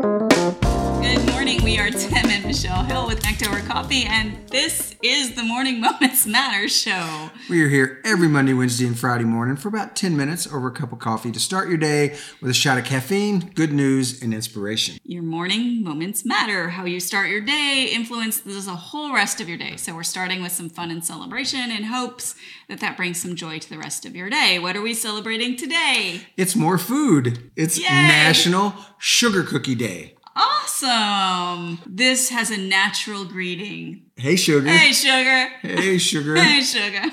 Good morning. We are Tim and Michelle Hill with Nectover Coffee, and this is the Morning Moments Matter show. We are here every Monday, Wednesday, and Friday morning for about 10 minutes over a cup of coffee to start your day with a shot of caffeine, good news, and inspiration. Your morning moments matter. How you start your day influences the whole rest of your day. So we're starting with some fun and celebration in hopes that that brings some joy to the rest of your day. What are we celebrating today? It's more food. It's Yay! National Sugar Cookie Day. Awesome. This has a natural greeting. Hey, sugar. Hey, sugar. Hey, sugar. Hey, sugar.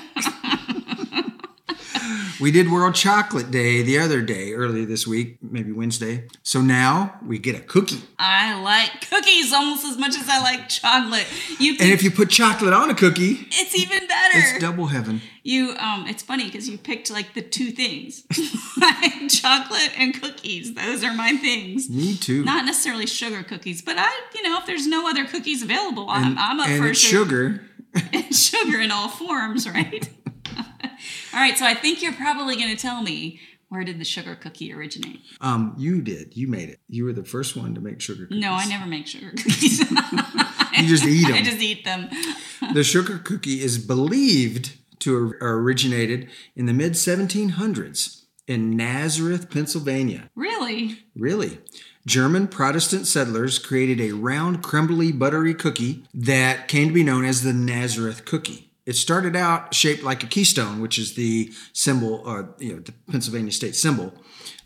We did World Chocolate Day the other day, earlier this week, maybe Wednesday. So now we get a cookie. I like cookies almost as much as I like chocolate. You And if you put chocolate on a cookie, it's even better. it's double heaven. You um it's funny because you picked like the two things. like chocolate and cookies. Those are my things. Me too. Not necessarily sugar cookies, but I, you know, if there's no other cookies available, I'm, I'm up and for it's su- sugar. sugar in all forms, right? all right, so I think you're probably going to tell me where did the sugar cookie originate? Um, you did. You made it. You were the first one to make sugar cookies. No, I never make sugar cookies. you just eat 'em. I just eat them. The sugar cookie is believed to have originated in the mid 1700s in Nazareth, Pennsylvania. Really? Really? German Protestant settlers created a round, crumbly, buttery cookie that came to be known as the Nazareth cookie. It started out shaped like a keystone, which is the symbol, or you know, the Pennsylvania state symbol.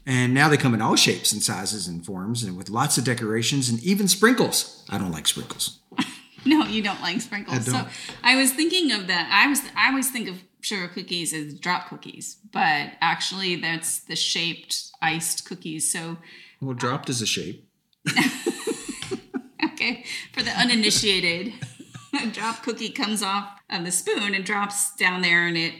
And now they come in all shapes and sizes and forms, and with lots of decorations and even sprinkles. I don't like sprinkles. No, you don't like sprinkles. I So don't. I was thinking of that. I was I always think of sugar cookies as drop cookies, but actually that's the shaped iced cookies. So Well, dropped is a shape. okay, for the uninitiated, a drop cookie comes off of the spoon and drops down there and it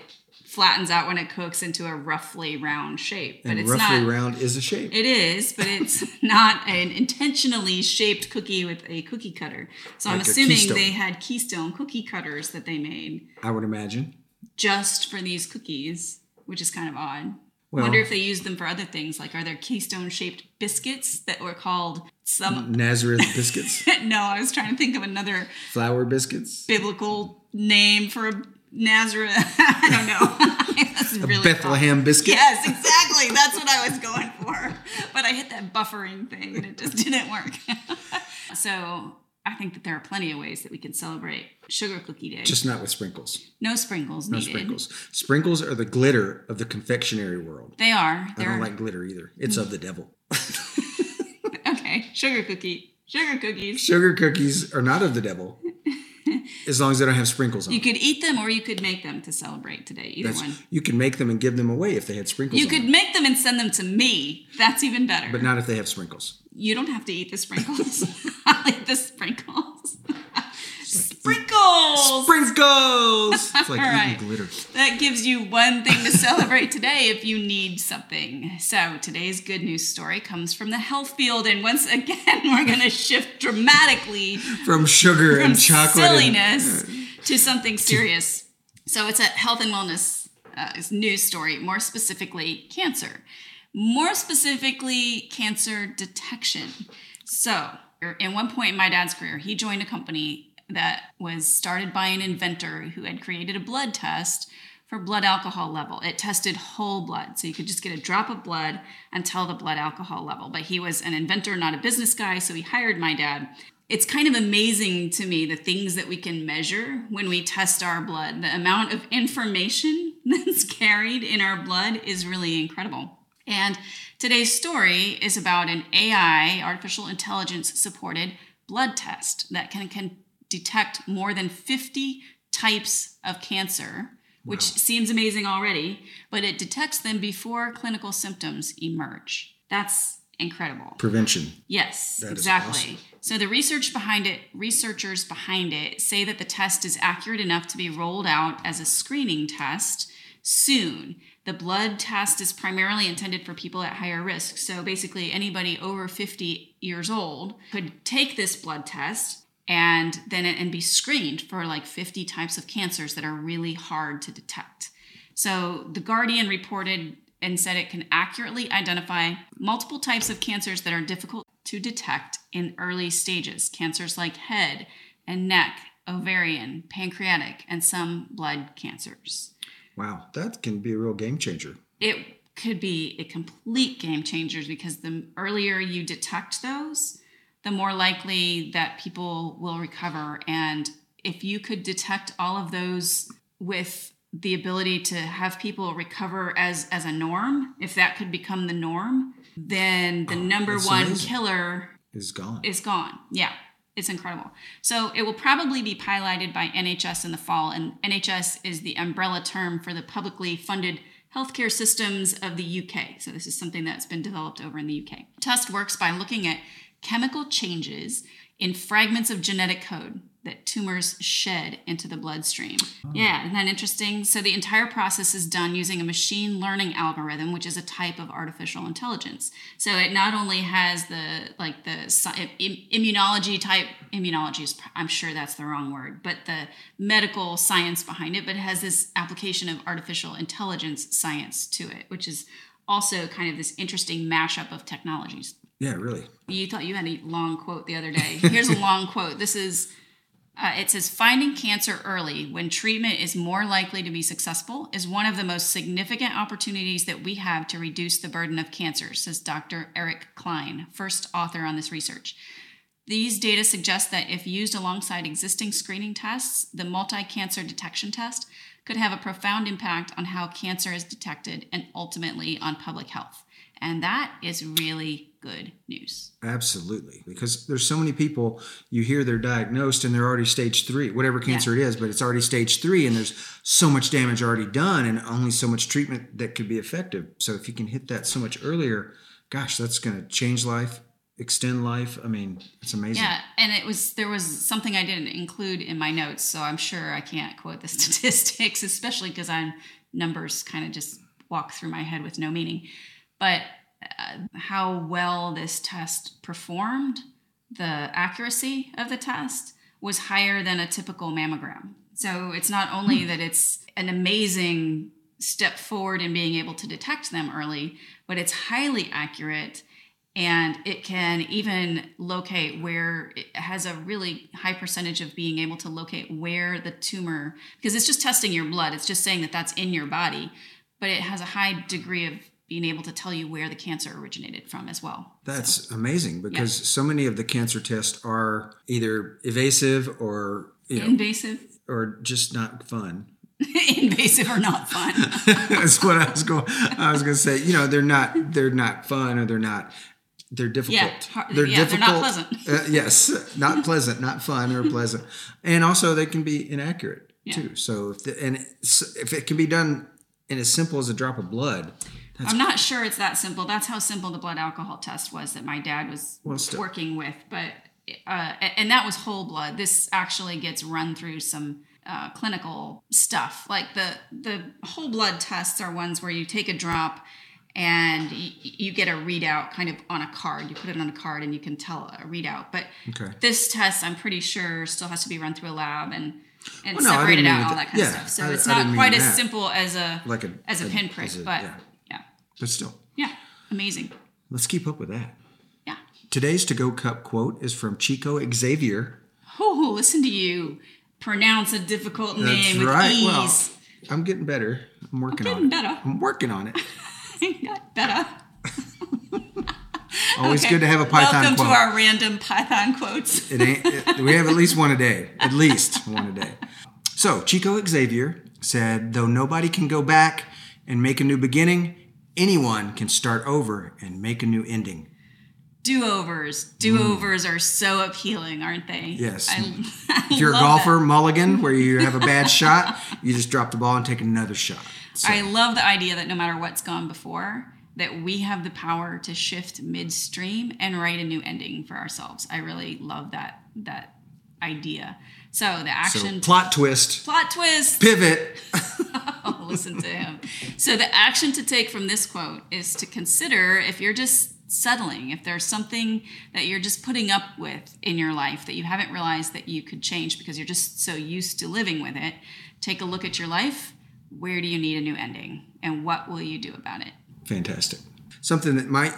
flattens out when it cooks into a roughly round shape. But And it's roughly not round is a shape. It is, but it's not an intentionally shaped cookie with a cookie cutter. So I'm Like a assuming Keystone. they had Keystone cookie cutters that they made I would imagine. just for these cookies, which is kind of odd. Well- Wonder if they used them for other things. Like, are there Keystone shaped biscuits that were called some? Nazareth biscuits, no, I was trying to think of another flour biscuits, biblical name for a Nazareth. I don't know. That's really odd. Bethlehem biscuit. Yes, exactly. That's what I was going for. But I hit that buffering thing and it just didn't work. so I think that there are plenty of ways that we can celebrate Sugar Cookie Day. Just not with sprinkles. no sprinkles No needed. sprinkles. Sprinkles are the glitter of the confectionery world. They are. I They're don't like glitter either. It's of the devil. okay. Sugar cookie. Sugar cookies. Sugar cookies are not of the devil, as long as they don't have sprinkles on. You them. could eat them or you could make them to celebrate today. Either That's- one. you can make them and give them away if they had sprinkles. You on could them, make them and send them to me. That's even better. but not if they have sprinkles. you don't have to eat the sprinkles. I like the sprinkles. sprinkles. Sprinkles. It's like All right. eating glitter. That gives you one thing to celebrate today if you need something. So, today's good news story comes from the health field. And once again, we're going to shift dramatically From sugar from and chocolate. and- silliness to something serious. So, it's a health and wellness uh, news story, more specifically, cancer. More specifically, cancer detection. So, er, at one point in my dad's career, he joined a company that was started by an inventor who had created a blood test for blood alcohol level. It tested whole blood. So you could just get a drop of blood and tell the blood alcohol level. But he was an inventor, not a business guy. So he hired my dad. It's kind of amazing to me the things that we can measure when we test our blood. The amount of information that's carried in our blood is really incredible. And today's story is about an AI, artificial intelligence supported blood test that can, can detect more than 50 types of cancer, which seems amazing already, but it detects them before clinical symptoms emerge. That's incredible. Prevention. Yes, That is exactly. awesome. So the research behind it, researchers behind it say that the test is accurate enough to be rolled out as a screening test soon. The blood test is primarily intended for people at higher risk. So basically anybody over 50 years old could take this blood test and then and be screened for like 50 types of cancers that are really hard to detect. So the Guardian reported and said it can accurately identify multiple types of cancers that are difficult to detect in early stages cancers like head and neck, ovarian, pancreatic, and some blood cancers. Wow, that can be a real game changer. It could be a complete game changer because the earlier you detect those, the more likely that people will recover. And if you could detect all of those with the ability to have people recover as as a norm, if that could become the norm, then the Oh, number that's one amazing. killer Is gone. is gone. Yeah, it's incredible. So it will probably be piloted by NHS in the fall, and NHS is the umbrella term for the publicly funded healthcare systems of the UK. So this is something that's been developed over in the UK. Test works by looking at chemical changes in fragments of genetic code that tumors shed into the bloodstream. Yeah, isn't that interesting? So the entire process is done using a machine learning algorithm, which is a type of artificial intelligence. So it not only has the like the sci- im- immunology type immunology is pr- I'm sure that's the wrong word, but the medical science behind it, but it has this application of artificial intelligence science to it, which is also kind of this interesting mashup of technologies. yeah, really. You thought you had a long quote the other day. Here's a long quote. This is uh, it says finding cancer early when treatment is more likely to be successful is one of the most significant opportunities that we have to reduce the burden of cancer says dr eric klein first author on this research these data suggest that if used alongside existing screening tests, the multi cancer detection test could have a profound impact on how cancer is detected and ultimately on public health. And that is really good news. Absolutely. Because there's so many people you hear they're diagnosed and they're already stage three, whatever cancer it is, but it's already stage three and there's so much damage already done and only so much treatment that could be effective. So if you can hit that so much earlier, gosh, that's going to change life, extend life. I mean, it's amazing. Yeah, and it was there was something I didn't include in my notes, so I'm sure I can't quote the statistics, especially because I'm numbers kind of just walk through my head with no meaning. But uh, how well this test performed, the accuracy of the test was higher than a typical mammogram. So it's not only that it's an amazing step forward in being able to detect them early, but it's highly accurate and it can even locate where it has a really high percentage of being able to locate where the tumor because it's just testing your blood it's just saying that that's in your body but it has a high degree of being able to tell you where the cancer originated from as well That's amazing because so many of the cancer tests are either evasive or, you know, invasive or just not fun. invasive or not fun That's what I was going. I was going to say. You know, they're not. They're not fun, or they're not. They're difficult. har- yeah, they're not pleasant. Uh, yes, not pleasant, not fun or pleasant, and also they can be inaccurate too. So, if the, and it's- if it can be done in as simple as a drop of blood, that's, i'm not sure it's that simple that's how simple the blood alcohol test was that my dad was Well, still. working with but uh, a- and that was whole blood this actually gets run through some uh, clinical stuff like the the whole blood tests are ones where you take a drop and y- you get a readout kind of on a card you put it on a card and you can tell a readout but Okay. this test i'm pretty sure still has to be run through a lab and and Well, no, I separated didn't out mean and all with that it- kind of yeah, stuff so I- it's I didn't not mean quite as that. simple as a Like a- as a a- pinprick as a- but yeah. yeah but still, yeah amazing let's keep up with that. yeah Today's to go cup quote is from Chico Xavier. oh listen to you pronounce a difficult name with ease Well, I'm getting better. I'm working getting on it. better. I'm working on it. Got better Always Okay. good to have a Python Welcome quote. to our random Python quotes. It ain't. It, we have at least one a day. At least one a day. So Chico Xavier said, though nobody can go back and make a new beginning, anyone can start over and make a new ending. Do overs. Do overs are so appealing, aren't they? Mm. Yes. I, I If you're a love golfer, that. mulligan, where you have a bad shot, you just drop the ball and take another shot. So, I love the idea that no matter what's gone before, that we have the power to shift midstream and write a new ending for ourselves. I really love that that idea. So the so action plot twist, plot twist. pivot. I'll listen to him. So the action to take from this quote is to consider if you're just settling, if there's something that you're just putting up with in your life that you haven't realized that you could change because you're just so used to living with it, take a look at your life. Where do you need a new ending? And what will you do about it? Fantastic. Something that might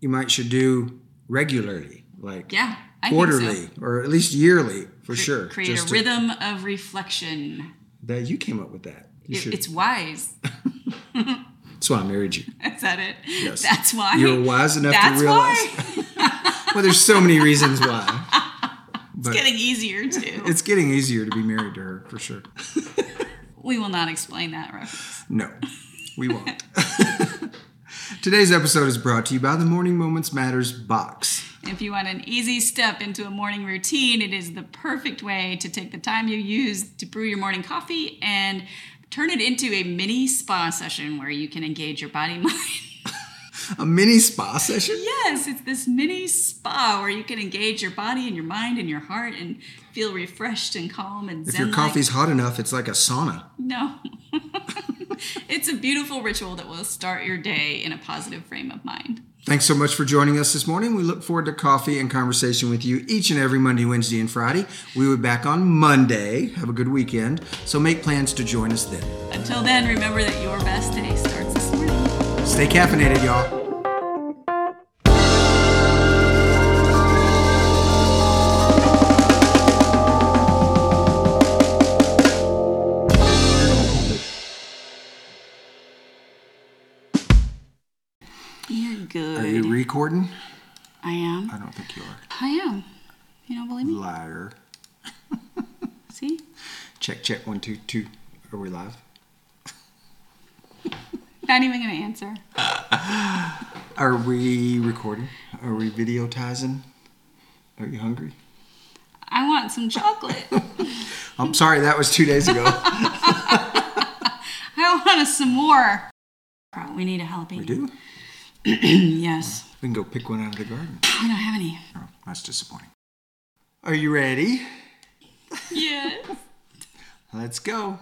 you might should do regularly, like Yeah, I quarterly think so. or at least yearly for Cre- sure. Create just a to- rhythm of reflection. that you came up with that. You It- should. it's wise. That's why I married you. Is that it? Yes. That's why. You're wise enough That's to realize. why. Well, there's so many reasons why. It's But getting easier too. it's getting easier to be married to her for sure. we will not explain that reference. No, we won't. Today's episode is brought to you by the Morning Moments Matters box. If you want an easy step into a morning routine, it is the perfect way to take the time you use to brew your morning coffee and turn it into a mini spa session where you can engage your body mind. A mini spa session? yes, it's this mini spa where you can engage your body and your mind and your heart and feel refreshed and calm and If zen. your coffee's hot enough, it's like a sauna. No. it's a beautiful ritual that will start your day in a positive frame of mind. Thanks so much for joining us this morning. We look forward to coffee and conversation with you each and every Monday, Wednesday, and Friday. We will be back on Monday. Have a good weekend. So make plans to join us then. Until then, remember that your best day starts this morning. Stay caffeinated, y'all. You're good. Are you recording? I am. I don't think you are. I am. You don't believe me? Liar. See? Check, check. One, two, two. Are we live? Not even gonna answer. Are we recording? Are we videotizing? Are you hungry? I want some chocolate. I'm sorry, that was two days ago. I want a s'more. Oh, we need a jalapeno. we do. yes. We can go pick one out of the garden. I don't have any. Oh, that's disappointing. Are you ready? Yes. Let's go.